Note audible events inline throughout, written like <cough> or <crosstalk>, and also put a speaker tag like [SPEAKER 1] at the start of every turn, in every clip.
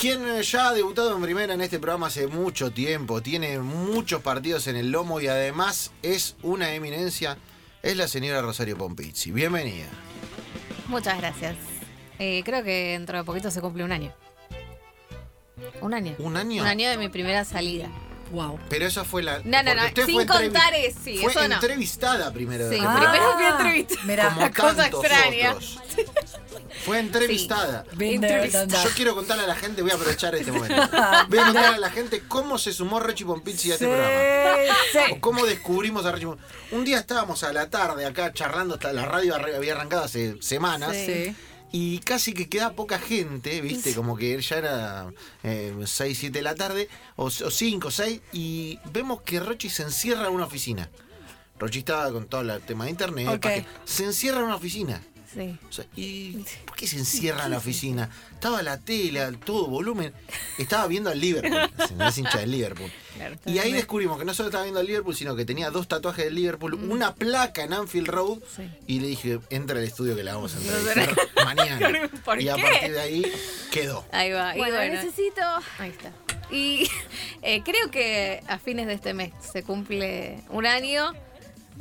[SPEAKER 1] quien ya ha debutado en primera en este programa hace mucho tiempo, tiene muchos partidos en el lomo y además es una eminencia, es la señora Rosario Pompizzi. Bienvenida.
[SPEAKER 2] Muchas gracias. Eh, creo que dentro de poquito se cumple un año. Un año.
[SPEAKER 1] ¿Un año?
[SPEAKER 2] Un año de mi primera salida.
[SPEAKER 3] Wow.
[SPEAKER 1] Pero esa fue la.
[SPEAKER 2] No, no,
[SPEAKER 1] porque
[SPEAKER 2] no,
[SPEAKER 1] usted
[SPEAKER 2] sin
[SPEAKER 1] fue entrevi-
[SPEAKER 2] contar es- sí,
[SPEAKER 1] Fue
[SPEAKER 2] eso no.
[SPEAKER 1] entrevistada primero. de
[SPEAKER 2] Sí,
[SPEAKER 1] la
[SPEAKER 2] Ah, primero
[SPEAKER 1] temporada,
[SPEAKER 2] fui entrevistada.
[SPEAKER 3] Mirá,
[SPEAKER 1] como
[SPEAKER 2] cosa
[SPEAKER 1] tantos
[SPEAKER 2] extraña.
[SPEAKER 1] otros. Fue entrevistada.
[SPEAKER 3] been there,
[SPEAKER 2] Entrevista.
[SPEAKER 3] done that.
[SPEAKER 1] Yo quiero contarle a la gente, voy a aprovechar este momento. Voy a contarle a la gente cómo se sumó Richie Pompizzi a este programa.
[SPEAKER 3] Sí,
[SPEAKER 1] O ¿Cómo descubrimos a Richie Mon- Un día estábamos a la tarde acá charlando, hasta la radio arre- había arrancado hace semanas.
[SPEAKER 2] Sí.
[SPEAKER 3] sí.
[SPEAKER 1] Y casi que queda poca gente, ¿viste? Como que ya era 6, 7 de la tarde, o 5, 6, y vemos que Rochi se encierra en una oficina. Rochi estaba con todo el tema de internet,
[SPEAKER 3] Ok.
[SPEAKER 1] pa' que- se encierra en una oficina.
[SPEAKER 2] Sí.
[SPEAKER 1] O sea, ¿Y por qué se encierra en la oficina? Estaba la tela, todo volumen. Estaba viendo al
[SPEAKER 2] <laughs>
[SPEAKER 1] Liverpool. Es hincha del Liverpool.
[SPEAKER 2] Claro.
[SPEAKER 1] y ahí descubrimos que no solo estaba viendo al Liverpool, sino que tenía dos tatuajes del Liverpool, una placa en Anfield Road.
[SPEAKER 2] Mm. Sí.
[SPEAKER 1] Y le dije, entra al estudio que la vamos a entrevistar
[SPEAKER 2] <laughs>
[SPEAKER 1] mañana.
[SPEAKER 2] ¿Por
[SPEAKER 1] y a
[SPEAKER 2] qué?
[SPEAKER 1] partir de ahí quedó.
[SPEAKER 2] Ahí va. y
[SPEAKER 4] Bueno,
[SPEAKER 2] bueno,
[SPEAKER 4] necesito.
[SPEAKER 2] Ahí está. Y <laughs> eh, creo que a fines de este mes se cumple un año.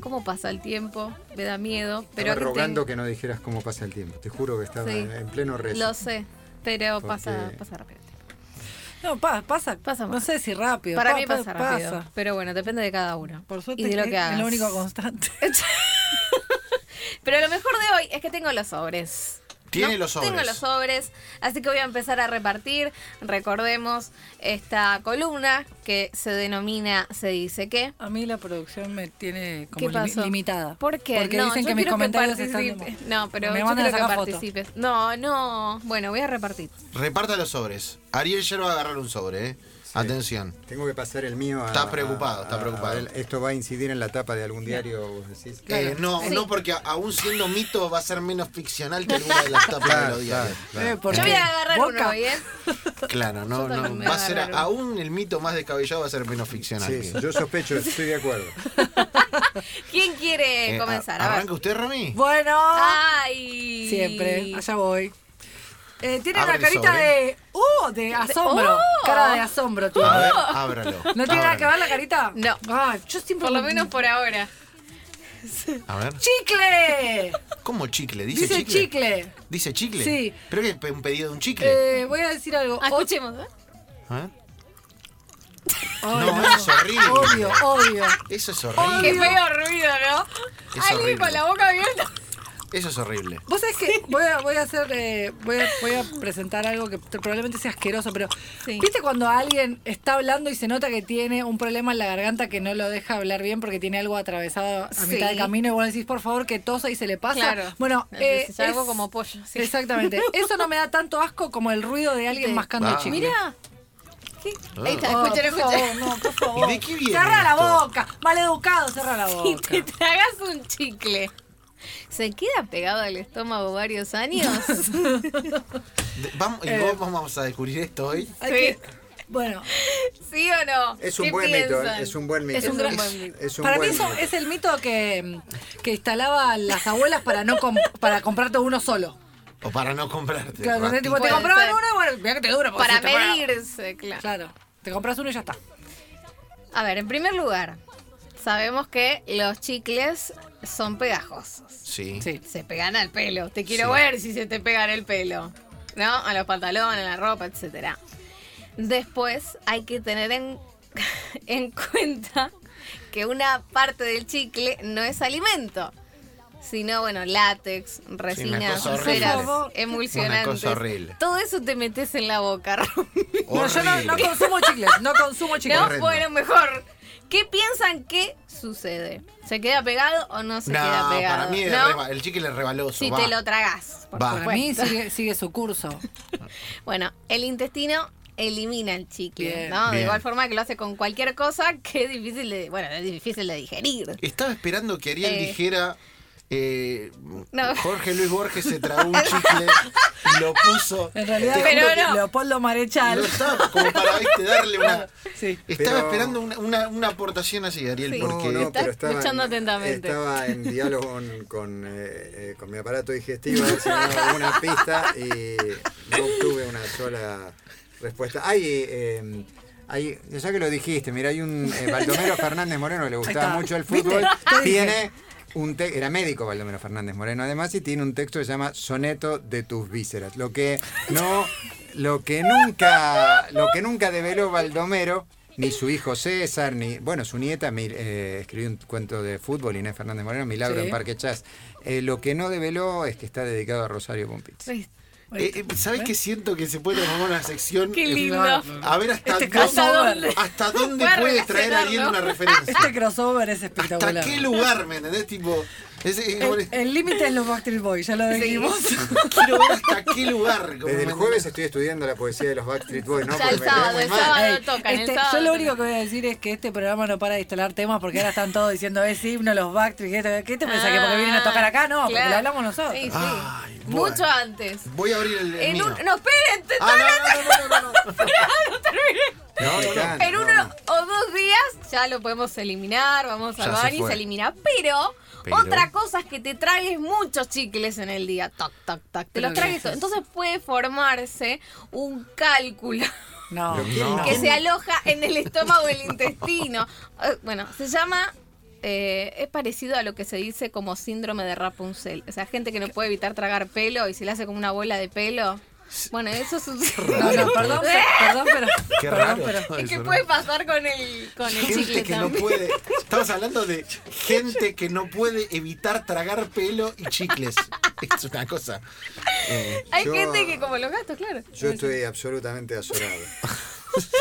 [SPEAKER 2] ¿Cómo pasa el tiempo? Me da miedo. Pero
[SPEAKER 5] Estaba
[SPEAKER 2] aquí
[SPEAKER 5] rogando
[SPEAKER 2] te-
[SPEAKER 5] que no dijeras cómo pasa el tiempo. Te juro que estaba
[SPEAKER 2] Sí.
[SPEAKER 5] en pleno rezo.
[SPEAKER 2] Lo sé, pero pasa,
[SPEAKER 5] Porque-
[SPEAKER 2] pasa rápido.
[SPEAKER 3] No, pa- pasa,
[SPEAKER 2] Pasa
[SPEAKER 3] No
[SPEAKER 2] más.
[SPEAKER 3] sé si rápido.
[SPEAKER 2] Para
[SPEAKER 3] pa-
[SPEAKER 2] mí
[SPEAKER 3] pa-
[SPEAKER 2] pasa rápido. Pero bueno, depende de cada uno.
[SPEAKER 3] Por suerte
[SPEAKER 2] y de lo que,
[SPEAKER 3] que es
[SPEAKER 2] hagas.
[SPEAKER 3] lo único constante. <laughs>
[SPEAKER 2] <laughs> Pero lo mejor de hoy es que tengo los sobres.
[SPEAKER 1] Tiene
[SPEAKER 2] ¿no?
[SPEAKER 1] los sobres.
[SPEAKER 2] Tengo los sobres, así que voy a empezar a repartir. Recordemos esta columna que se denomina Se dice que.
[SPEAKER 3] A mí la producción me tiene como
[SPEAKER 2] ¿Qué pasó?
[SPEAKER 3] limi- limitada.
[SPEAKER 2] ¿Por qué?
[SPEAKER 3] Porque
[SPEAKER 2] No,
[SPEAKER 3] dicen
[SPEAKER 2] yo
[SPEAKER 3] que mis
[SPEAKER 2] quiero
[SPEAKER 3] comentarios están de
[SPEAKER 2] participes.
[SPEAKER 3] mo-
[SPEAKER 2] No, pero
[SPEAKER 3] me
[SPEAKER 2] yo
[SPEAKER 3] mandan a
[SPEAKER 2] quiero que
[SPEAKER 3] sacar fotos.
[SPEAKER 2] participes. No, no. Bueno, voy a repartir.
[SPEAKER 1] Reparta los sobres. Ariel ya va a agarrar un sobre, ¿eh? Atención.
[SPEAKER 5] Tengo que pasar el mío a.
[SPEAKER 1] Está preocupado, está
[SPEAKER 5] a-
[SPEAKER 1] preocupado.
[SPEAKER 5] a- esto va a incidir en la tapa de algún diario, vos decís.
[SPEAKER 1] Eh, no,
[SPEAKER 2] Sí.
[SPEAKER 1] no, porque aún siendo mito va a ser menos ficcional que alguna de
[SPEAKER 2] <laughs>
[SPEAKER 1] las tapas de
[SPEAKER 5] Claro,
[SPEAKER 1] los diarios.
[SPEAKER 3] Eh,
[SPEAKER 5] claro, claro.
[SPEAKER 3] ¿por
[SPEAKER 2] Yo
[SPEAKER 3] qué?
[SPEAKER 2] voy a agarrar
[SPEAKER 3] Boca.
[SPEAKER 2] uno hoy, ¿eh?
[SPEAKER 1] Claro, no,
[SPEAKER 2] Yo también
[SPEAKER 1] no.
[SPEAKER 2] me
[SPEAKER 1] Va a ser
[SPEAKER 2] agarraron.
[SPEAKER 1] aún el mito más descabellado va a ser menos ficcional.
[SPEAKER 5] Sí,
[SPEAKER 1] que-
[SPEAKER 5] yo sospecho, estoy de acuerdo.
[SPEAKER 2] ¿Quién quiere
[SPEAKER 1] Eh,
[SPEAKER 2] comenzar?
[SPEAKER 1] a-
[SPEAKER 2] A ver.
[SPEAKER 1] ¿Arranca usted, Rami?
[SPEAKER 3] Bueno,
[SPEAKER 2] Ah, Ay.
[SPEAKER 3] siempre. Allá voy. Eh, tiene
[SPEAKER 1] Abre ¿eh?
[SPEAKER 3] una
[SPEAKER 1] el
[SPEAKER 3] carita
[SPEAKER 1] sobre.
[SPEAKER 3] de. ¡Uh! De asombro.
[SPEAKER 2] ¡Oh!
[SPEAKER 3] Cara de asombro, tío.
[SPEAKER 1] A ver, ábralo.
[SPEAKER 3] ¿No tiene nada que
[SPEAKER 1] Ábralo.
[SPEAKER 3] ver la carita?
[SPEAKER 2] No.
[SPEAKER 3] Ah, yo siempre.
[SPEAKER 2] Por lo menos por ahora.
[SPEAKER 1] A ver.
[SPEAKER 3] ¡Chicle!
[SPEAKER 1] ¿Cómo chicle? ¿Dice,
[SPEAKER 3] Dice
[SPEAKER 1] chicle?
[SPEAKER 3] chicle.
[SPEAKER 1] ¿Dice chicle?
[SPEAKER 3] Sí.
[SPEAKER 1] Pero que es pe- un pedido de un chicle.
[SPEAKER 3] Eh, voy a decir algo.
[SPEAKER 2] Ah, escuchemos, ¿eh?
[SPEAKER 1] A ver.
[SPEAKER 3] Ay,
[SPEAKER 1] no, es horrible.
[SPEAKER 3] Obvio, obvio.
[SPEAKER 1] Eso es
[SPEAKER 2] Qué
[SPEAKER 1] horrible.
[SPEAKER 2] feo ruido, ¿no?
[SPEAKER 1] Es
[SPEAKER 2] Alguien
[SPEAKER 1] horrible.
[SPEAKER 2] con la boca abierta.
[SPEAKER 1] Eso es horrible.
[SPEAKER 3] Vos sabés que voy a, voy a hacer, eh, voy, a, voy a presentar algo que te- probablemente sea asqueroso, pero
[SPEAKER 2] Sí.
[SPEAKER 3] ¿viste cuando alguien está hablando y se nota que tiene un problema en la garganta que no lo deja hablar bien porque tiene algo atravesado a
[SPEAKER 2] Sí.
[SPEAKER 3] mitad de camino y vos le decís, por favor, que tosa y se le pasa?
[SPEAKER 2] Claro.
[SPEAKER 3] Bueno, eh,
[SPEAKER 2] es algo
[SPEAKER 3] es-
[SPEAKER 2] como pollo. sí.
[SPEAKER 3] Exactamente. Eso no me da tanto asco como el ruido de alguien
[SPEAKER 2] Sí.
[SPEAKER 3] mascando
[SPEAKER 1] Ah.
[SPEAKER 3] chicle.
[SPEAKER 2] Mira. ¿Qué? Ahí está,
[SPEAKER 3] Oh,
[SPEAKER 2] escucha,
[SPEAKER 3] por
[SPEAKER 2] escucha.
[SPEAKER 3] favor, no, por
[SPEAKER 1] <laughs> ¿Y
[SPEAKER 3] favor.
[SPEAKER 1] de qué viene
[SPEAKER 3] Cerra la
[SPEAKER 1] esto?
[SPEAKER 3] boca. Maleducado, cerra la boca.
[SPEAKER 2] Y <laughs> te tragas un chicle. ¿Se queda pegado al estómago varios
[SPEAKER 3] <laughs>
[SPEAKER 2] años?
[SPEAKER 1] De- vamos, y vos vamos a descubrir esto hoy.
[SPEAKER 3] Hay
[SPEAKER 2] Sí.
[SPEAKER 3] que- Bueno,
[SPEAKER 2] ¿Sí o no?
[SPEAKER 5] Es un
[SPEAKER 2] ¿Qué
[SPEAKER 5] buen mito,
[SPEAKER 2] piensan?
[SPEAKER 5] ¿eh? es un buen mito.
[SPEAKER 3] Es un gran-
[SPEAKER 5] es un
[SPEAKER 3] para mí
[SPEAKER 5] buen
[SPEAKER 3] eso
[SPEAKER 5] mito.
[SPEAKER 3] es el mito que, que instalaban las abuelas para no com- para comprarte uno solo.
[SPEAKER 1] O para no comprarte.
[SPEAKER 3] Claro,
[SPEAKER 1] ratito.
[SPEAKER 3] tipo, te
[SPEAKER 2] Puede
[SPEAKER 3] compraban
[SPEAKER 2] ser.
[SPEAKER 3] uno y bueno, mira que te dura. porque
[SPEAKER 2] Para
[SPEAKER 3] si te pagan-
[SPEAKER 2] medirse, claro.
[SPEAKER 3] Claro, te compras uno y ya está.
[SPEAKER 2] A ver, en primer lugar, sabemos que los chicles son pegajosos.
[SPEAKER 1] Sí.
[SPEAKER 3] Sí.
[SPEAKER 2] Se pegan al pelo. Te
[SPEAKER 1] Sí.
[SPEAKER 2] quiero ver si se te pegan el pelo. ¿No? A los pantalones, a la ropa, etc. Después hay que tener en, <laughs> en cuenta que una parte del chicle no es alimento. Sino, bueno, látex,
[SPEAKER 1] una
[SPEAKER 2] resinas,
[SPEAKER 1] cosa horrible.
[SPEAKER 2] ceras,
[SPEAKER 3] Por favor.
[SPEAKER 2] emulsionantes.
[SPEAKER 1] Una cosa horrible.
[SPEAKER 2] Todo eso te metes en la boca, <laughs> Romy.
[SPEAKER 3] No, yo no, no
[SPEAKER 1] Horrible.
[SPEAKER 3] consumo chicles, no consumo chicles.
[SPEAKER 2] No,
[SPEAKER 1] Horrendo.
[SPEAKER 2] bueno, mejor. ¿Qué piensan que sucede? ¿Se queda pegado o no se
[SPEAKER 1] No,
[SPEAKER 2] queda pegado?
[SPEAKER 1] para mí es
[SPEAKER 2] ¿No?
[SPEAKER 1] reba- el chicle es rebaloso.
[SPEAKER 2] Si
[SPEAKER 1] va.
[SPEAKER 2] te lo tragás. por
[SPEAKER 1] Va.
[SPEAKER 3] Para
[SPEAKER 2] supuesto.
[SPEAKER 3] mí sigue, sigue su
[SPEAKER 1] <laughs>
[SPEAKER 3] curso.
[SPEAKER 2] Bueno, el intestino elimina el chicle,
[SPEAKER 3] Bien.
[SPEAKER 2] ¿no? De
[SPEAKER 1] Bien.
[SPEAKER 2] igual forma que lo hace con cualquier cosa <laughs> que es difícil de, bueno, es difícil de digerir.
[SPEAKER 1] Estaba esperando que Ariel
[SPEAKER 2] Eh.
[SPEAKER 1] dijera. eh,
[SPEAKER 2] No.
[SPEAKER 1] Jorge Luis Borges se tragó un chicle y lo puso.
[SPEAKER 3] En realidad,
[SPEAKER 1] Te
[SPEAKER 2] Pero
[SPEAKER 3] como que
[SPEAKER 2] no.
[SPEAKER 3] Leopoldo
[SPEAKER 1] Lo
[SPEAKER 3] Marechal.
[SPEAKER 1] estaba como para ¿viste? darle una.
[SPEAKER 3] Sí.
[SPEAKER 1] Estaba
[SPEAKER 5] Pero-
[SPEAKER 1] esperando una, una- una aportación así, Ariel,
[SPEAKER 2] Sí.
[SPEAKER 1] porque.
[SPEAKER 5] No, no,
[SPEAKER 2] Está
[SPEAKER 5] pero estaba
[SPEAKER 2] escuchando
[SPEAKER 5] en,
[SPEAKER 2] atentamente.
[SPEAKER 5] Estaba en diálogo con, con, eh, eh, con mi <laughs> aparato digestivo, a ver si me daba alguna pista y no obtuve una sola respuesta. Hay, eh, hay, ya que lo dijiste, mira, hay un eh, Baldomero Fernández Moreno que le gustaba
[SPEAKER 3] está.
[SPEAKER 5] mucho el
[SPEAKER 3] ¿Viste?
[SPEAKER 5] fútbol.
[SPEAKER 3] Te dije.
[SPEAKER 5] Tiene un te- era médico Baldomero Fernández Moreno, además, y tiene un texto que se llama Soneto de tus vísceras. Lo que no, lo que nunca, lo que nunca develó Baldomero. Ni su hijo César, ni. Bueno, su nieta mi- eh, escribió un cuento de fútbol, Inés Fernández Moreno, Milagro
[SPEAKER 3] Sí.
[SPEAKER 5] en Parque Chas. Eh, lo que no develó es que está dedicado a Rosario Pompitz.
[SPEAKER 1] Eh,
[SPEAKER 3] Este
[SPEAKER 1] eh, ¿Sabés qué siento que se puede transformar en una sección?
[SPEAKER 2] Qué
[SPEAKER 1] Eh,
[SPEAKER 2] lindo.
[SPEAKER 1] A ver hasta
[SPEAKER 3] Este
[SPEAKER 1] dónde,
[SPEAKER 3] crossover.
[SPEAKER 2] <laughs>
[SPEAKER 1] hasta dónde
[SPEAKER 2] Puede
[SPEAKER 1] puede traer
[SPEAKER 2] relacionarlo.
[SPEAKER 1] alguien una referencia.
[SPEAKER 3] Este crossover es espectacular.
[SPEAKER 1] ¿Hasta qué lugar, me entendés? Tipo, es- es-
[SPEAKER 3] El- El límite es los Backstreet Boys, ya lo dijimos.
[SPEAKER 1] quiero ver hasta qué lugar. como
[SPEAKER 5] Desde el
[SPEAKER 1] me-
[SPEAKER 5] jueves estoy estudiando la poesía de los Backstreet Boys, ¿no?
[SPEAKER 2] Ya el
[SPEAKER 5] Porque me
[SPEAKER 2] sábado,
[SPEAKER 5] quedé
[SPEAKER 2] el
[SPEAKER 5] muy
[SPEAKER 2] <laughs>
[SPEAKER 5] mal.
[SPEAKER 2] sábado.
[SPEAKER 3] Ey,
[SPEAKER 2] tocan, el
[SPEAKER 3] este, yo
[SPEAKER 2] sábado
[SPEAKER 3] lo único que voy a decir es que este programa no para de instalar temas porque ahora están todos diciendo, "Eh, es himno, los Backstreet, esto, ¿qué te pensás que porque vienen a tocar acá? No, porque
[SPEAKER 2] Ah, claro.
[SPEAKER 3] lo hablamos nosotros.
[SPEAKER 2] Sí, sí.
[SPEAKER 1] Ay, bueno.
[SPEAKER 2] Mucho antes.
[SPEAKER 1] Voy a abrir el, el
[SPEAKER 2] En
[SPEAKER 1] mío.
[SPEAKER 2] un, no, esperen, te-
[SPEAKER 1] Ah, no, no, no, no, no,
[SPEAKER 2] <laughs>
[SPEAKER 1] no.
[SPEAKER 5] No, no, no,
[SPEAKER 2] en
[SPEAKER 5] no,
[SPEAKER 2] uno
[SPEAKER 5] no.
[SPEAKER 2] o dos días ya lo podemos eliminar, vamos
[SPEAKER 5] Ya
[SPEAKER 2] al
[SPEAKER 5] se
[SPEAKER 2] baño y
[SPEAKER 5] fue.
[SPEAKER 2] se elimina. Pero,
[SPEAKER 5] Pero-
[SPEAKER 2] otra cosa es que te tragues muchos chicles en el día. Tac, tac, tac. Te los
[SPEAKER 3] Pero
[SPEAKER 2] tragues todos.
[SPEAKER 3] gracias.
[SPEAKER 2] Entonces puede formarse un
[SPEAKER 5] <laughs>
[SPEAKER 2] cálculo.
[SPEAKER 3] No,
[SPEAKER 5] Pero ¿quién-
[SPEAKER 3] no.
[SPEAKER 2] que se aloja en el estómago del
[SPEAKER 5] <laughs>
[SPEAKER 2] intestino. Eh, Bueno, se llama. eh, es parecido a lo que se dice como síndrome de Rapunzel. O sea, gente que no puede evitar tragar pelo y se le hace como una bola de pelo. Bueno, eso es
[SPEAKER 5] <laughs>
[SPEAKER 2] un
[SPEAKER 3] No,
[SPEAKER 2] <laughs>
[SPEAKER 3] no, perdón,
[SPEAKER 2] ¿Eh?
[SPEAKER 3] pe- perdón, pero.
[SPEAKER 1] Qué
[SPEAKER 3] perdón,
[SPEAKER 1] raro.
[SPEAKER 3] pero-
[SPEAKER 1] <laughs> todo
[SPEAKER 2] Es que
[SPEAKER 1] eso, ¿no?
[SPEAKER 2] puede pasar con el, con el chicle
[SPEAKER 1] Gente que no
[SPEAKER 2] también.
[SPEAKER 1] puede. Estamos hablando
[SPEAKER 2] <laughs>
[SPEAKER 1] de gente que no puede evitar tragar pelo y chicles. <laughs> Es una cosa. Eh,
[SPEAKER 2] Hay
[SPEAKER 5] Yo-
[SPEAKER 2] gente que como los gatos, claro.
[SPEAKER 5] Yo estoy absolutamente azorado.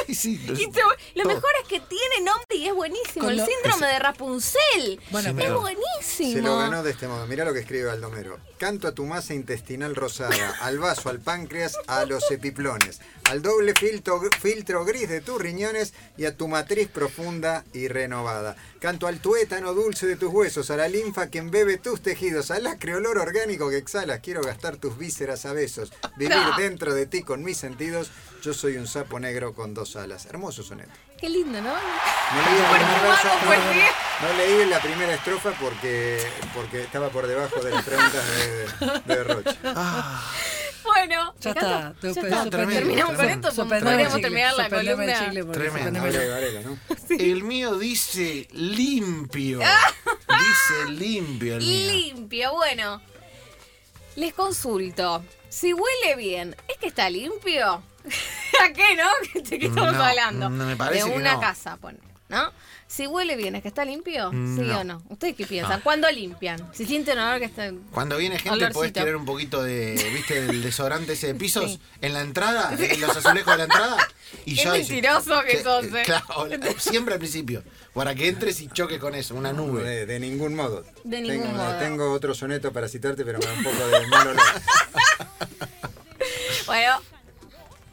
[SPEAKER 1] sí, sí,
[SPEAKER 2] Y
[SPEAKER 1] los-
[SPEAKER 2] te- lo mejor es que tiene nombre y es buenísimo.
[SPEAKER 3] Con
[SPEAKER 2] el
[SPEAKER 3] lo-
[SPEAKER 2] síndrome de Rapunzel.
[SPEAKER 3] Bueno,
[SPEAKER 1] Sí,
[SPEAKER 2] es
[SPEAKER 1] pero-
[SPEAKER 2] buenísimo.
[SPEAKER 5] Se lo ganó de este modo. Mirá lo que escribe Aldomero. Canto a tu masa
[SPEAKER 2] <laughs>
[SPEAKER 5] intestinal rosada, al vaso, al páncreas, a los epiplones, al doble filtro, filtro gris de tus riñones y a tu matriz profunda y renovada. Canto al tuétano dulce de tus huesos, a la linfa que embebe tus tejidos, al acreolor orgánico que exhalas. Quiero gastar tus vísceras a besos, vivir
[SPEAKER 2] No.
[SPEAKER 5] dentro de ti con mis sentidos. Yo soy un sapo negro con dos alas. Hermoso soneto.
[SPEAKER 2] Qué lindo, ¿no? <laughs>
[SPEAKER 5] No leí, el primer verso,
[SPEAKER 2] vamos,
[SPEAKER 5] no,
[SPEAKER 2] pues,
[SPEAKER 5] no,
[SPEAKER 2] sí.
[SPEAKER 5] no. No leí la primera estrofa porque, porque estaba por debajo de las preguntas de, de Rocha.
[SPEAKER 2] <laughs>
[SPEAKER 1] Ah,
[SPEAKER 2] Bueno,
[SPEAKER 3] Ya
[SPEAKER 2] me
[SPEAKER 3] está,
[SPEAKER 2] encanta.
[SPEAKER 3] te-
[SPEAKER 2] Ya
[SPEAKER 1] está, tremendo,
[SPEAKER 2] terminamos con
[SPEAKER 1] tremendo.
[SPEAKER 2] esto.
[SPEAKER 3] Suspendeme el
[SPEAKER 2] Podríamos
[SPEAKER 3] chicle,
[SPEAKER 2] terminar la
[SPEAKER 3] suspendeme el
[SPEAKER 2] columna.
[SPEAKER 3] chicle
[SPEAKER 1] <laughs>
[SPEAKER 3] porque
[SPEAKER 1] Tremendo.
[SPEAKER 3] suspendeme el-
[SPEAKER 5] Varela y Varela, ¿no?
[SPEAKER 1] El mío dice
[SPEAKER 2] <laughs>
[SPEAKER 1] limpio. Dice limpio el mío.
[SPEAKER 2] limpio. Bueno, les consulto. Si huele bien, ¿es que está limpio? <laughs> ¿A qué no? <laughs> ¿De qué estamos
[SPEAKER 1] No,
[SPEAKER 2] hablando?
[SPEAKER 1] no me parece
[SPEAKER 2] De
[SPEAKER 1] que
[SPEAKER 2] una
[SPEAKER 1] no.
[SPEAKER 2] casa, pone, ¿no? Si huele bien, ¿es que está limpio? ¿Sí
[SPEAKER 1] No.
[SPEAKER 2] o no? ¿Ustedes qué piensan? ¿Cuándo limpian? Si sienten olor que está...
[SPEAKER 1] Cuando viene gente podés
[SPEAKER 2] Olorcito.
[SPEAKER 1] tirar un poquito de, ¿viste? El desodorante ese de pisos
[SPEAKER 2] Sí.
[SPEAKER 1] en la entrada, en los azulejos de la entrada. Y
[SPEAKER 2] Qué
[SPEAKER 1] ya decís-
[SPEAKER 2] mentiroso que sos, eh.
[SPEAKER 1] Claro, siempre al principio. Para que entres y choques con eso, una nube.
[SPEAKER 5] De, de ningún modo.
[SPEAKER 2] De ningún
[SPEAKER 5] tengo,
[SPEAKER 2] modo.
[SPEAKER 5] Tengo otro soneto para citarte, pero me da un poco de
[SPEAKER 2] <laughs>
[SPEAKER 5] mal olor.
[SPEAKER 2] Bueno,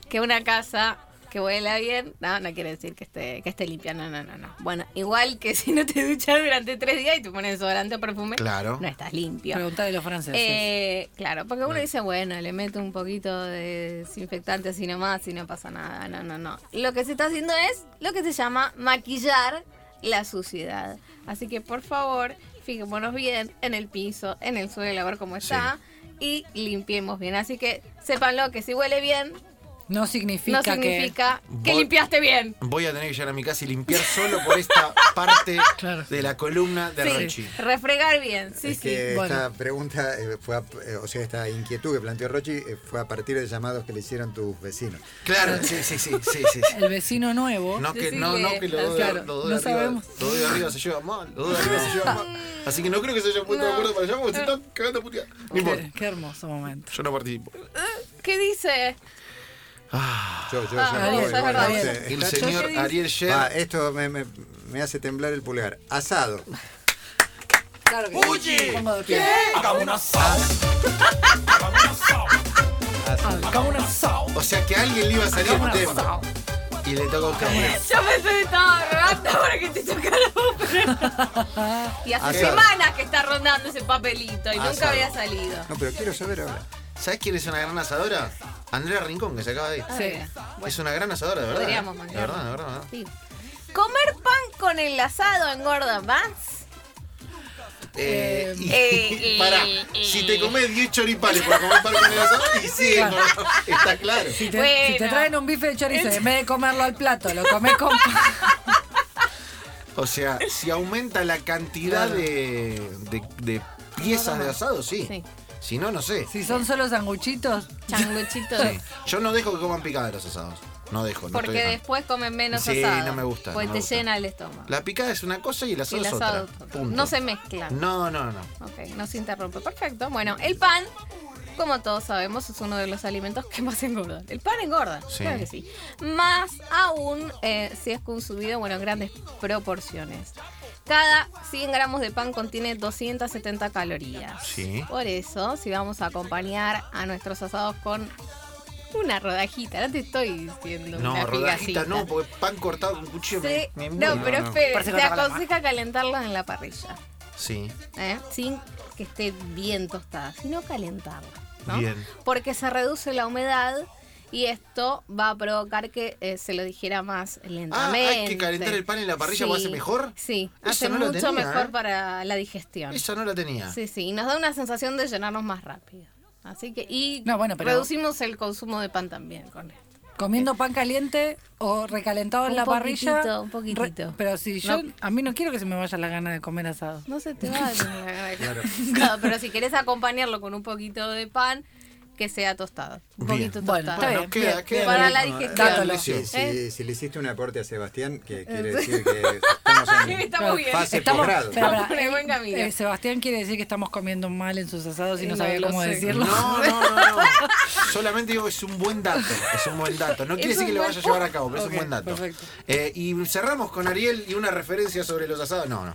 [SPEAKER 2] que una casa que huela bien, no, no quiere decir que esté, que esté limpia, no, no, no, no. Bueno, igual que si no te duchas durante tres días y te pones desodorante o perfume,
[SPEAKER 1] Claro.
[SPEAKER 2] no estás limpio.
[SPEAKER 3] Preguntale a los franceses.
[SPEAKER 2] Eh, claro, porque uno dice, bueno, le meto un poquito de desinfectante así nomás y no pasa nada. No, no, no. Lo que se está haciendo es lo que se llama maquillar la suciedad. Así que por favor, fijémonos bien en el piso, en el suelo, a ver cómo está y limpiemos bien. Así que sépanlo que si huele bien,
[SPEAKER 3] no significa,
[SPEAKER 2] no significa que,
[SPEAKER 1] Vol-
[SPEAKER 2] limpiaste bien.
[SPEAKER 1] Voy a tener que llegar a mi casa y limpiar solo por esta parte
[SPEAKER 3] Claro.
[SPEAKER 1] de la columna de
[SPEAKER 2] Sí,
[SPEAKER 1] Rochi.
[SPEAKER 2] refregar bien, sí,
[SPEAKER 5] es
[SPEAKER 2] sí.
[SPEAKER 5] que
[SPEAKER 3] bueno.
[SPEAKER 5] esta pregunta, eh, fue a- eh, o sea, esta inquietud que planteó Rochi eh, fue a partir de llamados que le hicieron tus vecinos.
[SPEAKER 1] Claro, sí, sí, sí, sí, sí.
[SPEAKER 3] que
[SPEAKER 1] sí.
[SPEAKER 3] el vecino nuevo.
[SPEAKER 1] No, que, no, no, que lo doy,
[SPEAKER 3] Claro,
[SPEAKER 1] lo doy
[SPEAKER 3] no
[SPEAKER 1] arriba.
[SPEAKER 3] sabemos.
[SPEAKER 1] Lo doy arriba se lleva mal. Lo doy arriba se lleva mal. Así que no creo que se hayan puesto de acuerdo para allá porque se están cagando a putear. No importa.
[SPEAKER 3] Qué, qué hermoso momento.
[SPEAKER 1] Yo no participo.
[SPEAKER 2] ¿Qué dice?
[SPEAKER 5] Yo, yo,
[SPEAKER 2] Ah,
[SPEAKER 5] ya
[SPEAKER 2] eso
[SPEAKER 5] voy,
[SPEAKER 2] es
[SPEAKER 5] bueno,
[SPEAKER 2] verdad.
[SPEAKER 5] no sé,
[SPEAKER 1] El
[SPEAKER 5] está-
[SPEAKER 1] señor Ariel Sher.
[SPEAKER 5] Va, esto me, me- me hace temblar el pulgar. Asado.
[SPEAKER 3] Claro que
[SPEAKER 1] Oye,
[SPEAKER 3] sí. Pongo de pie.
[SPEAKER 4] Haga un asado. Haga un asado. Haga un asado.
[SPEAKER 1] O sea que a alguien le iba a salir un tema. Y le toca a usted.
[SPEAKER 2] <laughs> Yo pensé que estaba rogando para que te tocara vos. <laughs> Y hace
[SPEAKER 5] Asado.
[SPEAKER 2] semanas que está rondando ese papelito y nunca
[SPEAKER 1] Asado.
[SPEAKER 2] había salido.
[SPEAKER 5] No, pero quiero saber ahora.
[SPEAKER 1] ¿Sabes quién es una gran asadora? Andrea Rincón, que se acaba de ir.
[SPEAKER 2] Ah, Sí.
[SPEAKER 1] Es una gran asadora, de verdad.
[SPEAKER 2] Podríamos
[SPEAKER 1] ¿eh? de
[SPEAKER 2] mandarlo.
[SPEAKER 1] verdad, de verdad, de verdad.
[SPEAKER 2] Sí. ¿Comer pan con el asado engorda más?
[SPEAKER 1] Eh, y- <laughs>
[SPEAKER 2] Eh,
[SPEAKER 1] pará,
[SPEAKER 2] eh,
[SPEAKER 1] si te comes 10 choripanes por comer pan con el asado, y sí, no, está claro.
[SPEAKER 3] Si te,
[SPEAKER 2] Bueno.
[SPEAKER 3] si te traen un bife de chorizo y en vez de comerlo al plato, lo comes con pan. <laughs>
[SPEAKER 1] O sea, si aumenta la cantidad de, de- de piezas de asado, sí.
[SPEAKER 2] Sí.
[SPEAKER 1] Si no, no sé.
[SPEAKER 3] Si son solo sanguchitos,
[SPEAKER 2] Changuchitos.
[SPEAKER 1] Sí. Yo <laughs> no dejo que coman picada los asados. No dejo, no
[SPEAKER 2] Porque
[SPEAKER 1] estoy dejando.
[SPEAKER 2] después comen menos
[SPEAKER 1] Sí,
[SPEAKER 2] asado.
[SPEAKER 1] no me gusta,
[SPEAKER 2] Pues
[SPEAKER 1] no
[SPEAKER 2] te
[SPEAKER 1] me gusta.
[SPEAKER 2] llena el estómago.
[SPEAKER 1] La picada es una cosa y el
[SPEAKER 2] Y
[SPEAKER 1] asado,
[SPEAKER 2] el
[SPEAKER 1] es
[SPEAKER 2] asado
[SPEAKER 1] otra.
[SPEAKER 2] es
[SPEAKER 1] Punto.
[SPEAKER 2] no se mezcla.
[SPEAKER 1] No, no, no.
[SPEAKER 2] Ok, no se interrumpe. Perfecto. Bueno, el pan, como todos sabemos, es uno de los alimentos que más engorda. El pan engorda,
[SPEAKER 1] Sí.
[SPEAKER 2] claro que sí. Más aún eh, si es consumido, bueno, en grandes proporciones. Cada 100 gramos de pan contiene 270 calorías.
[SPEAKER 1] Sí.
[SPEAKER 2] Por eso, si vamos a acompañar a nuestros asados con una rodajita, no te estoy diciendo una
[SPEAKER 1] No, rodajita
[SPEAKER 2] pigacita.
[SPEAKER 1] no, porque pan cortado con cuchillo
[SPEAKER 2] Sí,
[SPEAKER 1] me, me
[SPEAKER 2] no,
[SPEAKER 1] muero.
[SPEAKER 2] pero espere,
[SPEAKER 3] Parece que
[SPEAKER 2] se
[SPEAKER 3] no acaba la
[SPEAKER 2] aconseja calentarlos en la parrilla.
[SPEAKER 1] Sí,
[SPEAKER 2] ¿eh? sin que esté bien tostada, sino calentarla. ¿no?
[SPEAKER 1] Bien.
[SPEAKER 2] Porque se reduce la humedad y esto va a provocar que eh, se lo dijera más lentamente.
[SPEAKER 1] Ah, hay que calentar el pan en la parrilla, ¿lo hace mejor?
[SPEAKER 2] Sí,
[SPEAKER 1] Eso
[SPEAKER 2] hace
[SPEAKER 1] no lo
[SPEAKER 2] mucho
[SPEAKER 1] tenía,
[SPEAKER 2] mejor
[SPEAKER 1] ¿eh?
[SPEAKER 2] para la digestión.
[SPEAKER 1] esa no la tenía.
[SPEAKER 2] Sí, sí, y nos da una sensación de llenarnos más rápido. Así que, y
[SPEAKER 3] No, bueno, pero-
[SPEAKER 2] reducimos el consumo de pan también con esto.
[SPEAKER 3] comiendo pan caliente o recalentado en
[SPEAKER 2] Un
[SPEAKER 3] la
[SPEAKER 2] poquitito,
[SPEAKER 3] parrilla.
[SPEAKER 2] un poquitito.
[SPEAKER 3] pero si yo,
[SPEAKER 2] No.
[SPEAKER 3] a mí no quiero que se me vaya la gana de comer asado.
[SPEAKER 2] No se te
[SPEAKER 1] <laughs>
[SPEAKER 2] va a venir la gana de <laughs> comer. Claro, pero si querés acompañarlo con un poquito de pan, que sea tostado. Un
[SPEAKER 1] Bien.
[SPEAKER 2] poquito
[SPEAKER 3] Bueno,
[SPEAKER 2] tostado.
[SPEAKER 3] está
[SPEAKER 1] Bueno,
[SPEAKER 3] bien.
[SPEAKER 1] queda, queda.
[SPEAKER 2] Para la
[SPEAKER 1] Bueno,
[SPEAKER 2] digestión.
[SPEAKER 1] queda la
[SPEAKER 5] Sí,
[SPEAKER 1] lección.
[SPEAKER 5] sí,
[SPEAKER 2] ¿Eh?
[SPEAKER 5] Si le hiciste un aporte a Sebastián, que quiere decir que estamos en
[SPEAKER 2] Está
[SPEAKER 3] Claro,
[SPEAKER 2] muy bien.
[SPEAKER 5] fase posgrado.
[SPEAKER 3] espera,
[SPEAKER 2] Estamos
[SPEAKER 3] espera,
[SPEAKER 2] en el buen
[SPEAKER 3] eh,
[SPEAKER 2] camino. Eh,
[SPEAKER 3] eh, Sebastián quiere decir que estamos comiendo mal en sus asados y no,
[SPEAKER 2] No
[SPEAKER 3] sabía
[SPEAKER 2] lo
[SPEAKER 3] cómo
[SPEAKER 2] sé.
[SPEAKER 3] decirlo.
[SPEAKER 1] No, no, no, no. Solamente digo que es un buen dato. Es un buen dato. No quiere
[SPEAKER 2] Es
[SPEAKER 1] decir
[SPEAKER 2] un
[SPEAKER 1] que lo
[SPEAKER 2] buen
[SPEAKER 1] vaya a llevar a cabo, pero
[SPEAKER 3] Ok,
[SPEAKER 1] es un buen dato.
[SPEAKER 3] perfecto.
[SPEAKER 1] Eh, y cerramos con Ariel y una referencia sobre los asados. No, no.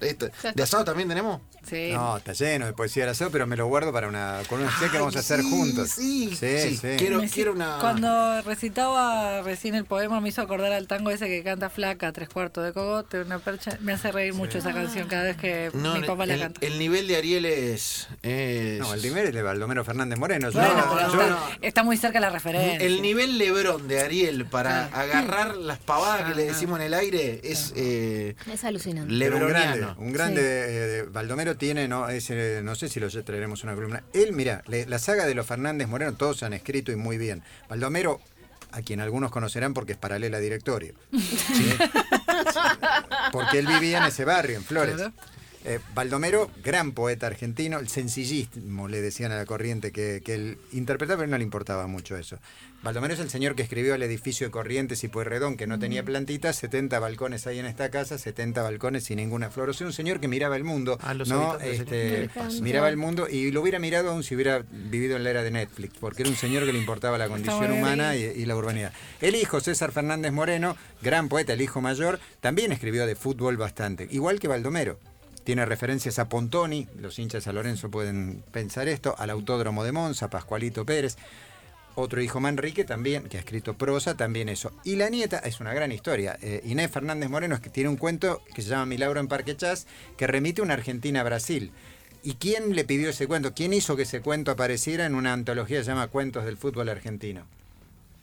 [SPEAKER 1] Esto- ¿De asado también tenemos?
[SPEAKER 3] Sí.
[SPEAKER 5] No, está lleno de poesía del asado, pero me lo guardo para una con una sé que vamos a hacer
[SPEAKER 1] Sí,
[SPEAKER 5] juntos.
[SPEAKER 1] Sí,
[SPEAKER 5] sí.
[SPEAKER 1] sí.
[SPEAKER 5] sí.
[SPEAKER 1] Quiero,
[SPEAKER 3] Me hici-
[SPEAKER 1] quiero una.
[SPEAKER 3] Cuando recitaba recién el poema me hizo acordar al tango ese que canta Flaca, tres cuartos de cogote, una percha. Me hace reír mucho esa canción cada vez que
[SPEAKER 1] No,
[SPEAKER 3] mi papá la
[SPEAKER 1] el,
[SPEAKER 3] canta.
[SPEAKER 1] el nivel de Ariel es. es-
[SPEAKER 5] No, el primero es de Baldomero Fernández Moreno. Yo-
[SPEAKER 3] Bueno,
[SPEAKER 1] no,
[SPEAKER 3] pero
[SPEAKER 1] yo
[SPEAKER 3] está,
[SPEAKER 1] no.
[SPEAKER 3] está muy cerca la referencia.
[SPEAKER 1] El nivel Lebrón de Ariel para
[SPEAKER 3] Ah.
[SPEAKER 1] agarrar las pavadas que le decimos en el aire es eh,
[SPEAKER 2] Es alucinante.
[SPEAKER 5] Pero un grande,
[SPEAKER 1] lebroniano.
[SPEAKER 5] un grande eh, Baldomero tiene, no, es, eh, no sé si lo traeremos una columna. Él, mira, la saga de los Fernández Moreno, todos han escrito y muy bien. Baldomero, a quien algunos conocerán porque es paralela a directorio. Sí. Porque él vivía en ese barrio, en Flores.
[SPEAKER 3] Claro.
[SPEAKER 5] Eh, Baldomero, gran poeta argentino, el sencillismo, le decían a la corriente que, que él interpretaba, pero no le importaba mucho eso. Baldomero es el señor que escribió el edificio de Corrientes y Pueyrredón, que no tenía
[SPEAKER 1] Mm.
[SPEAKER 5] plantitas, 70 balcones ahí en esta casa, 70 balcones sin ninguna flor. O sea, un señor que miraba el mundo,
[SPEAKER 1] A los
[SPEAKER 5] no,
[SPEAKER 1] habitantes del-
[SPEAKER 5] Este, miraba el mundo y lo hubiera mirado aún si hubiera vivido en la era de Netflix, porque era un señor que le importaba la condición
[SPEAKER 3] muy
[SPEAKER 5] humana y, y la urbanidad. El hijo, César Fernández Moreno, gran poeta, el hijo mayor, también escribió de fútbol bastante, igual que Baldomero. Tiene referencias a Pontoni, los hinchas a Lorenzo pueden pensar esto, al Autódromo de Monza, a Pascualito Pérez. Otro hijo Manrique también, que ha escrito prosa, también eso. Y la nieta es una gran historia. Eh, Inés Fernández Moreno es que tiene un cuento que se llama Milagro en Parque Chas, que remite a una Argentina a Brasil. ¿Y quién le pidió ese cuento? ¿Quién hizo que ese cuento apareciera en una antología que se llama Cuentos del Fútbol Argentino?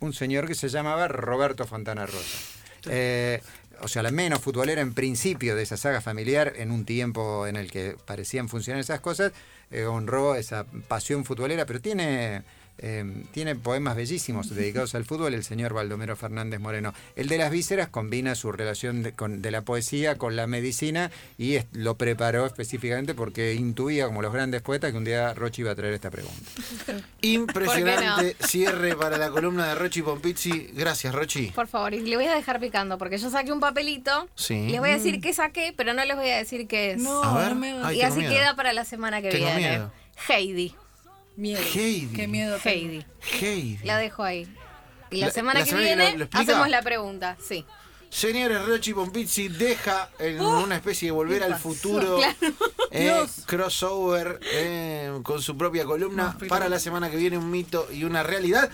[SPEAKER 5] un señor que se llamaba Roberto Fontana Rosa. Eh, o sea, la menos futbolera en principio de esa saga familiar, en un tiempo en el que parecían funcionar esas cosas, eh, honró esa pasión futbolera, pero tiene, eh, tiene poemas bellísimos dedicados al fútbol el señor Baldomero Fernández Moreno. El de las vísceras combina su relación de, con- de la poesía con la medicina y es- lo preparó específicamente porque intuía, como los grandes poetas, que un día Rochi iba a traer esta pregunta.
[SPEAKER 1] Impresionante
[SPEAKER 2] <laughs>
[SPEAKER 1] cierre para la columna de Rochi Pompizzi. Gracias, Rochi.
[SPEAKER 2] Por favor, y le voy a dejar picando porque yo saqué un papelito.
[SPEAKER 1] Sí.
[SPEAKER 2] Les voy a decir qué saqué, pero no les voy a decir qué es.
[SPEAKER 3] Mm. No,
[SPEAKER 1] A ver.
[SPEAKER 3] no me-
[SPEAKER 1] Ay,
[SPEAKER 2] y
[SPEAKER 1] tengo
[SPEAKER 2] así
[SPEAKER 1] miedo.
[SPEAKER 2] queda para la semana que
[SPEAKER 1] Tengo
[SPEAKER 2] viene.
[SPEAKER 1] miedo.
[SPEAKER 2] Heidi.
[SPEAKER 3] Miedo.
[SPEAKER 1] Heidi.
[SPEAKER 3] Qué miedo. tengo.
[SPEAKER 2] Heidi.
[SPEAKER 1] Heidi.
[SPEAKER 2] La dejo ahí. Y la,
[SPEAKER 1] La-
[SPEAKER 2] semana
[SPEAKER 1] la
[SPEAKER 2] que
[SPEAKER 1] semana que
[SPEAKER 2] viene
[SPEAKER 1] lo- lo explica.
[SPEAKER 2] hacemos la pregunta. Sí.
[SPEAKER 1] Señores, Rochi Pompizzi deja en
[SPEAKER 2] Uh,
[SPEAKER 1] una especie de volver al
[SPEAKER 2] <laughs>
[SPEAKER 1] futuro eh,
[SPEAKER 3] Dios.
[SPEAKER 1] crossover eh, con su propia columna
[SPEAKER 3] No, pero-
[SPEAKER 1] para la semana que viene un mito y una realidad.